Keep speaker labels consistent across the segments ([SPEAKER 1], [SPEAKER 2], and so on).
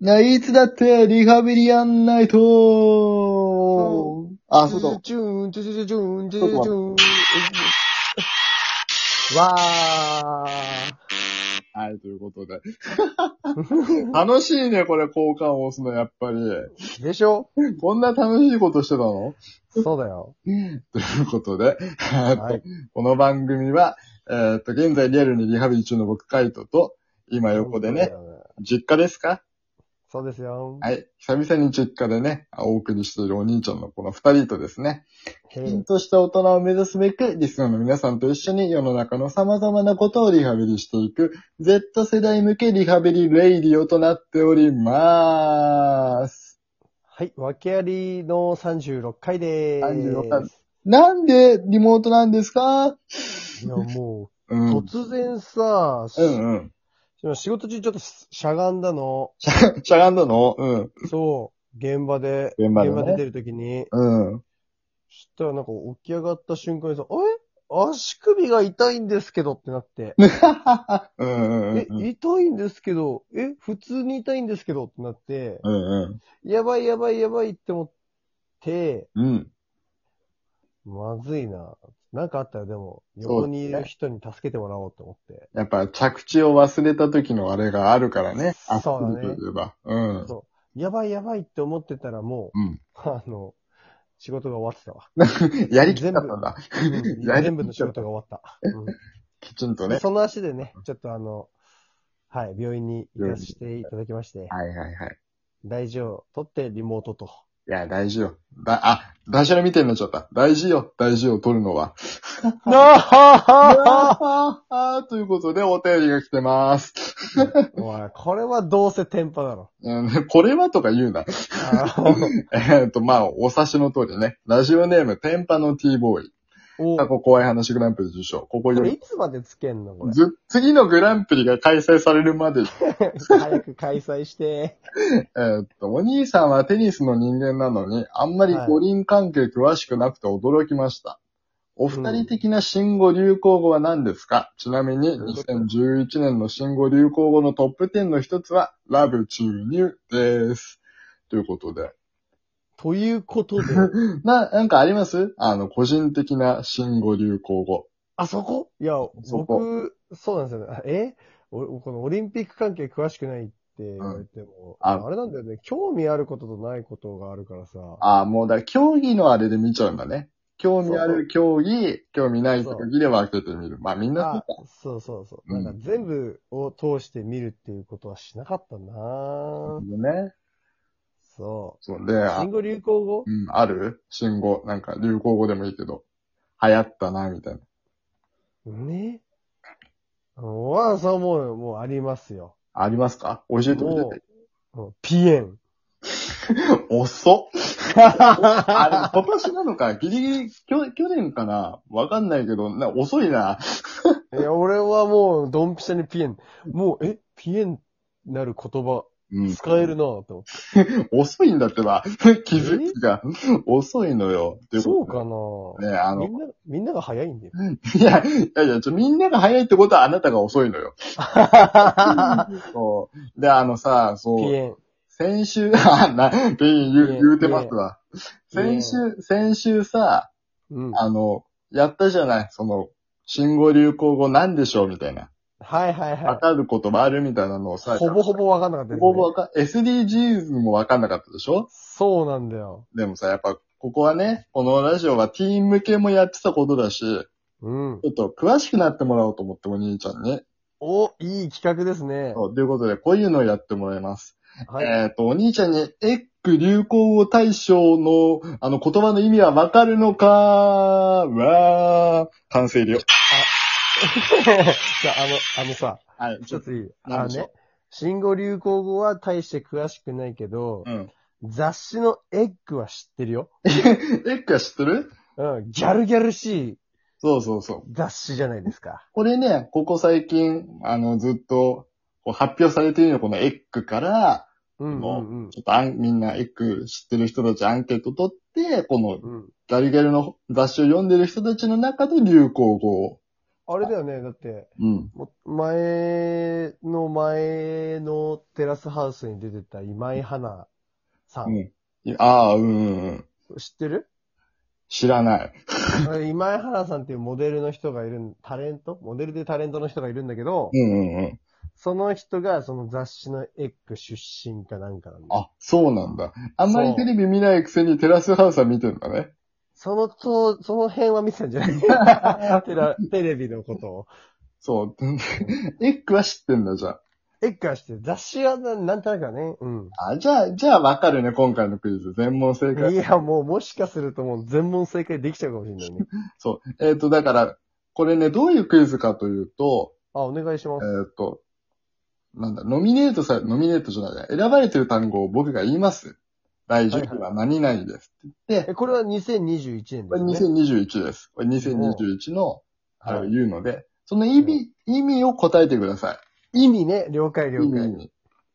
[SPEAKER 1] ないつだってリハビリやんないと
[SPEAKER 2] う
[SPEAKER 1] あ、そうだ。
[SPEAKER 2] チューン、チュチュチュチューン、チュ
[SPEAKER 1] ちょっ
[SPEAKER 2] チ
[SPEAKER 1] と待って
[SPEAKER 2] ュチューン。わー。
[SPEAKER 1] はい、ということで。 楽しいね、これ、交換を押すの、やっぱり。
[SPEAKER 2] でしょ
[SPEAKER 1] こんな楽しいことしてたの
[SPEAKER 2] そうだよ。
[SPEAKER 1] ということで、えーっと
[SPEAKER 2] はい。
[SPEAKER 1] この番組は、えーっと、現在リアルにリハビリ中の僕、カイトと、今横でね、。実家ですか
[SPEAKER 2] そうですよ。
[SPEAKER 1] はい。久々に実家でね、お送りしているお兄ちゃんのこの二人とですね、
[SPEAKER 2] へ
[SPEAKER 1] きちん
[SPEAKER 2] い
[SPEAKER 1] とした大人を目指すべく、リスナーの皆さんと一緒に世の中の様々なことをリハビリしていく、Z 世代向けリハビリレイディオとなっておりまーす。
[SPEAKER 2] はい。わけありの36回で
[SPEAKER 1] 36回
[SPEAKER 2] ーす。
[SPEAKER 1] なんでリモートなんですか
[SPEAKER 2] いや、も
[SPEAKER 1] う
[SPEAKER 2] う、
[SPEAKER 1] ん。うん
[SPEAKER 2] 突然さ、
[SPEAKER 1] うん。
[SPEAKER 2] 仕事中ちょっとしゃがんだの。
[SPEAKER 1] しゃがんだのうん。
[SPEAKER 2] そう。現場で、
[SPEAKER 1] 現場でね
[SPEAKER 2] 出てる時に、
[SPEAKER 1] うん。
[SPEAKER 2] そしたらなんか起き上がった瞬間にさ、あれ足首が痛いんですけどってなって。
[SPEAKER 1] うんうん
[SPEAKER 2] え、
[SPEAKER 1] うん。
[SPEAKER 2] 痛いんですけど、え、普通に痛いんですけどってなって、
[SPEAKER 1] うんうん。
[SPEAKER 2] やばいやばいやばいって思って、
[SPEAKER 1] うん。
[SPEAKER 2] まずいな。なんかあったらでも、
[SPEAKER 1] そう
[SPEAKER 2] 横
[SPEAKER 1] ですね
[SPEAKER 2] にいる人に助けてもらおうと思って。
[SPEAKER 1] やっぱ着地を忘れた時のあれがあるからね。あっ
[SPEAKER 2] そうだね
[SPEAKER 1] といえば。うん。
[SPEAKER 2] そう。やばいやばいって思ってたらも
[SPEAKER 1] う
[SPEAKER 2] う、
[SPEAKER 1] ん。
[SPEAKER 2] あの、仕事が終わってたわ。
[SPEAKER 1] やりきったんだ。
[SPEAKER 2] うん
[SPEAKER 1] やりきった
[SPEAKER 2] 全部の仕事が終わった。うん
[SPEAKER 1] きちんと
[SPEAKER 2] で
[SPEAKER 1] ね。
[SPEAKER 2] その足でね、ちょっとあの、はい、病院に行かせていただきまして、
[SPEAKER 1] はいはいはい。
[SPEAKER 2] 大事を取ってリモー トと。
[SPEAKER 1] いや、大事よ。だ、あ、大事なみたいになっちゃった。大事よ。大事を取るのは。
[SPEAKER 2] お
[SPEAKER 1] ああ、ということで、お便りが来てます。
[SPEAKER 2] い、これはどうせテンパだろ。
[SPEAKER 1] うんこれはとか言うな。
[SPEAKER 2] あー
[SPEAKER 1] えっと、まあ、お察しの通りね。ラジオネーム、テンパの T ボーイ。
[SPEAKER 2] お
[SPEAKER 1] 過去怖い話グランプリ受賞。ここ
[SPEAKER 2] こ
[SPEAKER 1] よ
[SPEAKER 2] れ
[SPEAKER 1] り。
[SPEAKER 2] いつまでつけんのこれ。
[SPEAKER 1] ず、次のグランプリが開催されるまで、
[SPEAKER 2] 早く開催して。
[SPEAKER 1] えーっと、お兄さんはテニスの人間なのに、あんまり五輪関係詳しくなくて驚きました。お二人的な新語・流行語は何ですか、ちなみに、2011年の新語・流行語のトップ10の一つは、ラブ注入です。ということで。
[SPEAKER 2] ということで、
[SPEAKER 1] な、なんかありますあの、個人的な新語・流行語。
[SPEAKER 2] あそこいや、
[SPEAKER 1] そ
[SPEAKER 2] 僕、そうなんですよね。あえおこのオリンピック関係詳しくないって言われても、
[SPEAKER 1] うんあ
[SPEAKER 2] あれなんだよね。興味あることとないことがあるからさ。
[SPEAKER 1] ああ、もうだ、競技のあれで見ちゃうんだね。興味あ
[SPEAKER 2] そ
[SPEAKER 1] る競技、興味ない競技で分けてみる。まあみんな
[SPEAKER 2] あそうそうそう。
[SPEAKER 1] う
[SPEAKER 2] なんんか全部を通して見るっていうことはしなかったな
[SPEAKER 1] そうだよね。
[SPEAKER 2] そ
[SPEAKER 1] そうで、
[SPEAKER 2] う。
[SPEAKER 1] あ
[SPEAKER 2] 新語流行語
[SPEAKER 1] うん、ある新語。なんか、流行語でもいいけど。流行ったな、みたいな。
[SPEAKER 2] ねわあ、そう思うよ。もうありますよ。
[SPEAKER 1] ありますか教えてみ
[SPEAKER 2] も
[SPEAKER 1] て。
[SPEAKER 2] う、もうピエン。
[SPEAKER 1] 遅 っあれ、今年なのか。ギリギリ、きょ去年かなわかんないけど、な遅いな。
[SPEAKER 2] いや、俺はもう、ドンピシャにピエン。もう、え、ピエンなる言葉、
[SPEAKER 1] うん。
[SPEAKER 2] 使えるなぁと思って。
[SPEAKER 1] 遅いんだってば。気づきが。遅いのよ。とい
[SPEAKER 2] そう
[SPEAKER 1] こと
[SPEAKER 2] か
[SPEAKER 1] で
[SPEAKER 2] な
[SPEAKER 1] ねあ
[SPEAKER 2] み
[SPEAKER 1] の、
[SPEAKER 2] んな、みんなが早いんだよ。
[SPEAKER 1] いや、いやいや、ちょ、みんなが早いってことはあなたが遅いの よ。そう。で、あのさ、そう。
[SPEAKER 2] ピエン。
[SPEAKER 1] 先週、 あ、な、ペイン言う
[SPEAKER 2] ねえ
[SPEAKER 1] 言うてますわ。
[SPEAKER 2] ね
[SPEAKER 1] 先
[SPEAKER 2] え
[SPEAKER 1] 週、先週さ、
[SPEAKER 2] うん。はい
[SPEAKER 1] あの、やったじゃないその、新語流行語なんでしょうみたいな。
[SPEAKER 2] は
[SPEAKER 1] わ
[SPEAKER 2] いは
[SPEAKER 1] かる言葉あるみたいなのをさ、
[SPEAKER 2] い。ほぼほぼわかんなかった
[SPEAKER 1] ほ
[SPEAKER 2] ですね
[SPEAKER 1] ぼわか、SDGs もわかんなかったでしょ
[SPEAKER 2] そうなんだよ。
[SPEAKER 1] でもさ、やっぱ、ここはね、このラジオはティーン向けもやってたことだし、ち
[SPEAKER 2] うん。
[SPEAKER 1] ょっと詳しくなってもらおうと思って、お兄ちゃんに。
[SPEAKER 2] お、いい企画ですね。
[SPEAKER 1] そうということで、こういうのをやってもらいます。
[SPEAKER 2] はい。
[SPEAKER 1] えっ、と、お兄ちゃんに、エッグ流行語大賞の、あの、言葉の意味はわかるのかは、完成量。
[SPEAKER 2] じゃあ、あの、あのさ、
[SPEAKER 1] はい、
[SPEAKER 2] ちょっといい。
[SPEAKER 1] なん
[SPEAKER 2] あの
[SPEAKER 1] でしょう
[SPEAKER 2] ね、新語流行語は大して詳しくないけど、
[SPEAKER 1] うん。
[SPEAKER 2] 雑誌のエッグは知ってるよ。
[SPEAKER 1] エッグは知ってる
[SPEAKER 2] うん、ギャルギャルしい
[SPEAKER 1] そうそうそう。
[SPEAKER 2] 雑誌じゃないですか。
[SPEAKER 1] これね、ここ最近、あの、ずっと、こう発表されているのこのエッグから、
[SPEAKER 2] うんうん
[SPEAKER 1] ちょっとあんみんなエッグ知ってる人たちアンケート取って、この
[SPEAKER 2] うん。うん。
[SPEAKER 1] ガリガリの雑誌を読んでる人たちの中で流行語を
[SPEAKER 2] あれだよね、だって、
[SPEAKER 1] うん。
[SPEAKER 2] も前の前のテラスハウスに出てた今井花さん、
[SPEAKER 1] いああ、うんうんうん。
[SPEAKER 2] 知ってる
[SPEAKER 1] 知らない。
[SPEAKER 2] あれ今井花さんっていうモデルの人がいるん、タレントモデルでタレントの人がいるんだけど、
[SPEAKER 1] うんうんうん。
[SPEAKER 2] その人がその雑誌のエッグ出身かなんかなんだよ。
[SPEAKER 1] あ、そうなんだ。あんまりテレビ見ないくせにテラスハウスは見てんだね。
[SPEAKER 2] そのと、その辺は見てたんじゃないテラテレビのことを。
[SPEAKER 1] そう。 エッグは知ってんだ、じゃあ。
[SPEAKER 2] エッグは知ってる、雑誌はななんとなくはね、うん。
[SPEAKER 1] あ、じゃあ、じゃあわかるね、今回のクイズ。全問正
[SPEAKER 2] い
[SPEAKER 1] 解。
[SPEAKER 2] や、もうもしかするともう全問正解できちゃうかもしれないね。
[SPEAKER 1] そう。えっ、と、だから、これね、どういうクイズかというと、
[SPEAKER 2] あ、お願いしま
[SPEAKER 1] えっ
[SPEAKER 2] す。、
[SPEAKER 1] と、なんだ、ノミネートさ、ノミネートじゃない、選ばれてる単語を僕が言います。第10期は何々です。
[SPEAKER 2] え、これは2021年
[SPEAKER 1] これ
[SPEAKER 2] ですね。
[SPEAKER 1] 2021です。これ2021の、あ
[SPEAKER 2] は
[SPEAKER 1] れを
[SPEAKER 2] い
[SPEAKER 1] 言うので、その意味、意味を答えてくださ
[SPEAKER 2] 意味ね、了解
[SPEAKER 1] い。
[SPEAKER 2] 了
[SPEAKER 1] 意味、意
[SPEAKER 2] 解。
[SPEAKER 1] 味。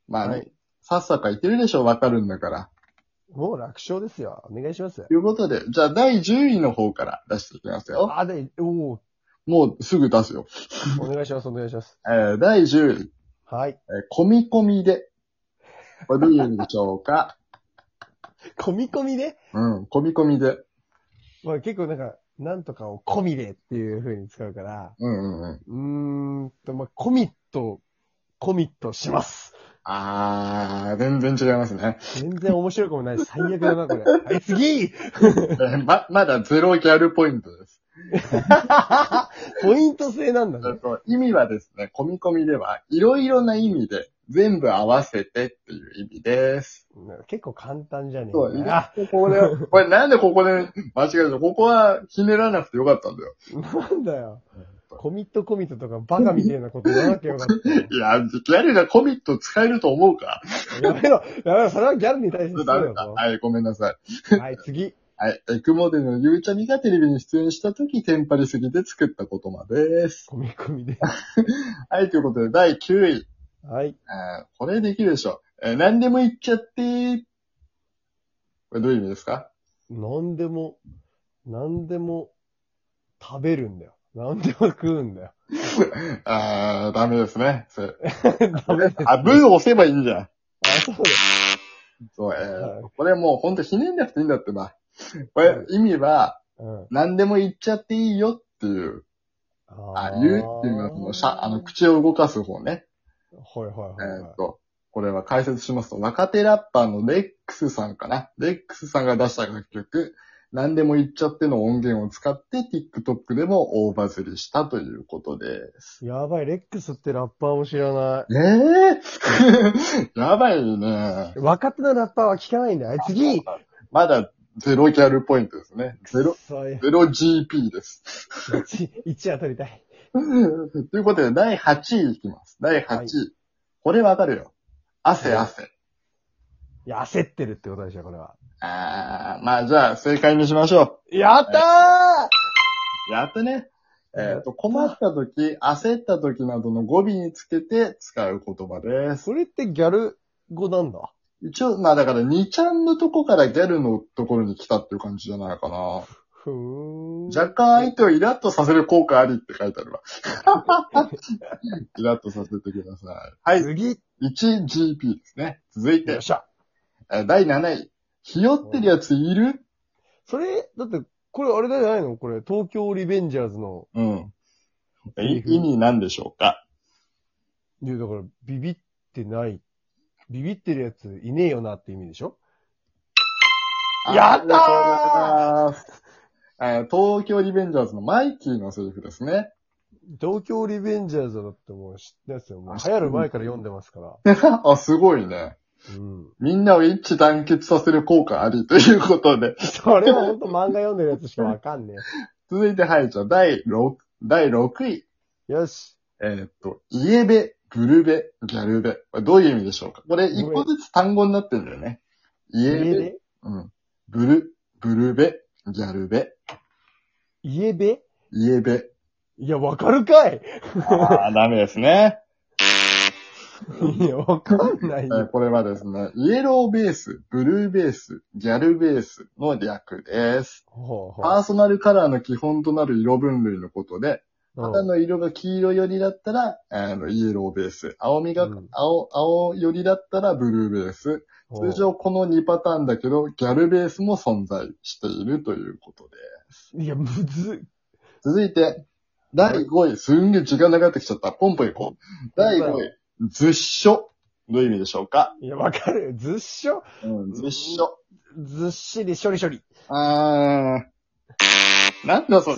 [SPEAKER 1] まあね、
[SPEAKER 2] はい
[SPEAKER 1] さっさか言ってるでしょ、わかるんだから。
[SPEAKER 2] もう楽勝ですよ。お願いします。
[SPEAKER 1] ということで、じゃあ第10位の方から出していきますよ。
[SPEAKER 2] あ、で、おー
[SPEAKER 1] もうすぐ出すよ。
[SPEAKER 2] お願いします、お願いします。
[SPEAKER 1] えー第10位、
[SPEAKER 2] はい。
[SPEAKER 1] えー込み込みで。これどういう意味でしょうか
[SPEAKER 2] 込み込みで、
[SPEAKER 1] うん、込み込みで。
[SPEAKER 2] まあ、結構なんか、なんとかを込みでっていう風に使うから、
[SPEAKER 1] うんうんうん。
[SPEAKER 2] うーんと、まあ、コミット、コミットします。
[SPEAKER 1] あー、全然違いますね。
[SPEAKER 2] 全然面白くもないし、最悪だな、これ。はい、次
[SPEAKER 1] えー ま、まだゼロギャルポイントです。
[SPEAKER 2] ポイント制なんだ
[SPEAKER 1] えっ
[SPEAKER 2] ね。
[SPEAKER 1] と意味はですね、込み込みでは、いろいろな意味で、全部合わせてっていう意味です。
[SPEAKER 2] 結構簡単じゃねえ
[SPEAKER 1] そう、意
[SPEAKER 2] かな。
[SPEAKER 1] 外とこれ、これなんでここで間違えたのここはひねらなくてよかったんだよ。
[SPEAKER 2] なんだよ。コミットコミットとかバカみたいなこと言わなきゃよかっ
[SPEAKER 1] い
[SPEAKER 2] た。
[SPEAKER 1] や、ギャルがコミット使えると思うか
[SPEAKER 2] やめろ、やめろ、それはギャルに対して失
[SPEAKER 1] ダメ
[SPEAKER 2] 礼だ
[SPEAKER 1] だ。
[SPEAKER 2] ぞ。
[SPEAKER 1] はい、ごめんなさい。
[SPEAKER 2] はい、次。
[SPEAKER 1] はい。エクモデルのゆうちゃみがテレビに出演した時、テンパりすぎて作った言葉です。
[SPEAKER 2] コミコミで。
[SPEAKER 1] はい、ということで、第9位。
[SPEAKER 2] はい。
[SPEAKER 1] えーこれできるでしょ。えー何でも言っちゃってー。これどういう意味ですか
[SPEAKER 2] なんでも、なんでも、食べるんだよ。なんでも食うんだよ。
[SPEAKER 1] あー、ダメですね。それ
[SPEAKER 2] ダメです。
[SPEAKER 1] あ、ブー押せばいいんじゃん。
[SPEAKER 2] あ、そう
[SPEAKER 1] そう、え
[SPEAKER 2] は
[SPEAKER 1] ー
[SPEAKER 2] い、
[SPEAKER 1] これもうほんとひねんなくていいんだ ってば。これ、意味は、
[SPEAKER 2] だ。うん。
[SPEAKER 1] 何でも言っちゃっていいよっていう。あ、
[SPEAKER 2] ー
[SPEAKER 1] 言うっていうのは、その、しゃ、あの、口を動かす方ね。
[SPEAKER 2] はいはい
[SPEAKER 1] え
[SPEAKER 2] はい
[SPEAKER 1] ー
[SPEAKER 2] は
[SPEAKER 1] っと、これは解説しますと、若手ラッパーのレックスさんかな。レックスさんが出した楽曲、何でも言っちゃっての音源を使って、TikTok でも大バズりしたということです。
[SPEAKER 2] い。やばい、レックスってラッパーも知らな
[SPEAKER 1] ええ やばいね。
[SPEAKER 2] い。若手のラッパーは聞かないんだよ。はい次
[SPEAKER 1] まだゼロギャルポイントですね。ゼロ、
[SPEAKER 2] そういう、
[SPEAKER 1] ゼロ GP です。
[SPEAKER 2] 1、1は取りたい。
[SPEAKER 1] ということで、第8位いきます。第8位。
[SPEAKER 2] はい
[SPEAKER 1] これわかるよ。汗汗。
[SPEAKER 2] いや、焦ってるってことでしょ、これは。
[SPEAKER 1] あー、まあじゃあ正解にしましょう。
[SPEAKER 2] やったー
[SPEAKER 1] やっとね、えっ、と、困った時、焦った時などの語尾につけて使う言葉です。
[SPEAKER 2] それってギャル語なんだ。
[SPEAKER 1] 一応、まあだから2ちゃんのとこからギャルのところに来たっていう感じじゃないかな。
[SPEAKER 2] ふーん。
[SPEAKER 1] 若干相手をイラッとさせる効果ありって書いてあ るわ。イラッとさせてください。はい。
[SPEAKER 2] 次
[SPEAKER 1] 1GP ですね。続い
[SPEAKER 2] よ
[SPEAKER 1] て
[SPEAKER 2] っ、しゃ。
[SPEAKER 1] え第7位。ひよってるやついる
[SPEAKER 2] それ、だって、これあれじゃないのこれ、東京リベンジャーズの、
[SPEAKER 1] うん。い意味なんでしょうか
[SPEAKER 2] いやだから、ビビってない。ビビってるやついねえよなって意味でしょやっ
[SPEAKER 1] ありが
[SPEAKER 2] たー
[SPEAKER 1] とうございますえー東京リベンジャーズのマイキーのセリフですね。
[SPEAKER 2] 東京リベンジャーズだってもう知ってますよ。もう流行る前から読んでますから。
[SPEAKER 1] あ、すごいね。
[SPEAKER 2] うん。
[SPEAKER 1] みんなを一致団結させる効果ありということで。
[SPEAKER 2] それはほんと漫画読んでるやつしかわかんね
[SPEAKER 1] 続いて、はい、じゃあ、第6、第6位。
[SPEAKER 2] え。よし。
[SPEAKER 1] えーっと、イエベ、ブルベ、ギャルベ。これどういう意味でしょうかこれ、一個ずつ単語になってるんだよね。イエ
[SPEAKER 2] 家
[SPEAKER 1] ベ、
[SPEAKER 2] で
[SPEAKER 1] うん、ブル、ブルベ、ギャルベ、
[SPEAKER 2] 家で
[SPEAKER 1] イエベ。
[SPEAKER 2] いや、わかるかい
[SPEAKER 1] ああ、ダメですね。
[SPEAKER 2] いや、わかんない
[SPEAKER 1] えー
[SPEAKER 2] よ。
[SPEAKER 1] これはですね、イエローベース、ブルーベース、ギャルベースの略です。
[SPEAKER 2] ほうほ
[SPEAKER 1] パーソナルカラーの基本となる色分類のことで、肌の色が黄色寄りだったら、あの、イエローベース。青みが、
[SPEAKER 2] うん
[SPEAKER 1] 青、青寄りだったらブルーベース。
[SPEAKER 2] うん
[SPEAKER 1] 通常この2パターンだけど、ギャルベースも存在しているということで。
[SPEAKER 2] いや、むずい。
[SPEAKER 1] 続いて、第5位。すんげえ時間なくなってきちゃった。ポンポン行こう。第5位。ずっしょ。どういう意味でしょうか
[SPEAKER 2] いや、わかる。ずっしょ
[SPEAKER 1] うん、ずっしょ。
[SPEAKER 2] ずっしり処理処理。
[SPEAKER 1] あー。なんだそれ。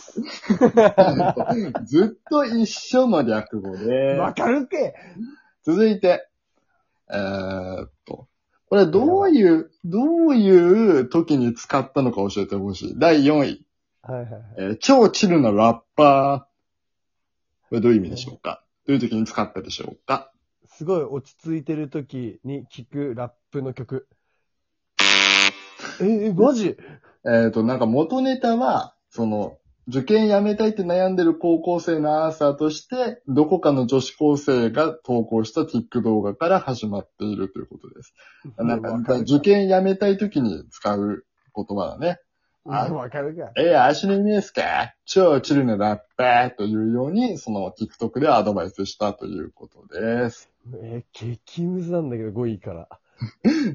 [SPEAKER 1] ずっと一緒の略語で。
[SPEAKER 2] わかるけ
[SPEAKER 1] 続いて、えーっと、これどういう、どういう時に使ったのか教えてほしい。第4位、
[SPEAKER 2] はいはいはい。
[SPEAKER 1] えー超チルなラッパー。これどういう意味でしょうかどういう時に使ったでしょうか
[SPEAKER 2] すごい落ち着いてる時に聴くラップの曲。えー、マジ
[SPEAKER 1] えーっと、なんか元ネタは、その、受験やめたいって悩んでる高校生のアーサーとして、どこかの女子高生が投稿した TikTok 動画から始まっているということです。なん
[SPEAKER 2] わ
[SPEAKER 1] か、
[SPEAKER 2] かる
[SPEAKER 1] 受験やめたい時に使う言葉だね。
[SPEAKER 2] うんわかるか。
[SPEAKER 1] えー、足の意味ですか超チルなラッパーというように、その TikTok でアドバイスしたということです。
[SPEAKER 2] えー、激ムズなんだけど、5位から。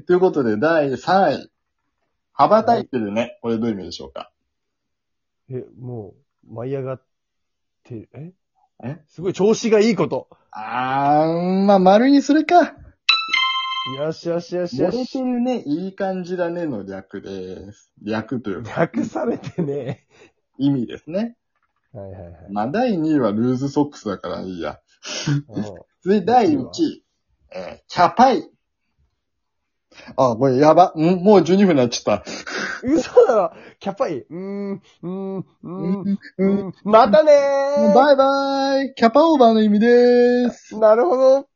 [SPEAKER 1] ということで、第3位。羽ばたいてるね。これどういう意味でしょうか
[SPEAKER 2] え、もう、舞い上がってる。え
[SPEAKER 1] え
[SPEAKER 2] すごい調子がいいこと。
[SPEAKER 1] あー、まあ、丸にするか。
[SPEAKER 2] よしよしよし
[SPEAKER 1] 漏
[SPEAKER 2] よ
[SPEAKER 1] れ
[SPEAKER 2] し。
[SPEAKER 1] てるね。いい感じだねの略です。略というか、
[SPEAKER 2] 略されてね。
[SPEAKER 1] 意味ですね。
[SPEAKER 2] はいはいはい。
[SPEAKER 1] まあ、第2位はルーズソックスだからいいや。
[SPEAKER 2] うん
[SPEAKER 1] 続いて第1位。えー、キャパイ。あ、これやば。んもう12分になっちゃった。
[SPEAKER 2] 嘘だろキャパイうーん、うーん、うーん、
[SPEAKER 1] う
[SPEAKER 2] うんーん、またねー
[SPEAKER 1] バイバイキャパオーバーの意味でーす
[SPEAKER 2] なるほど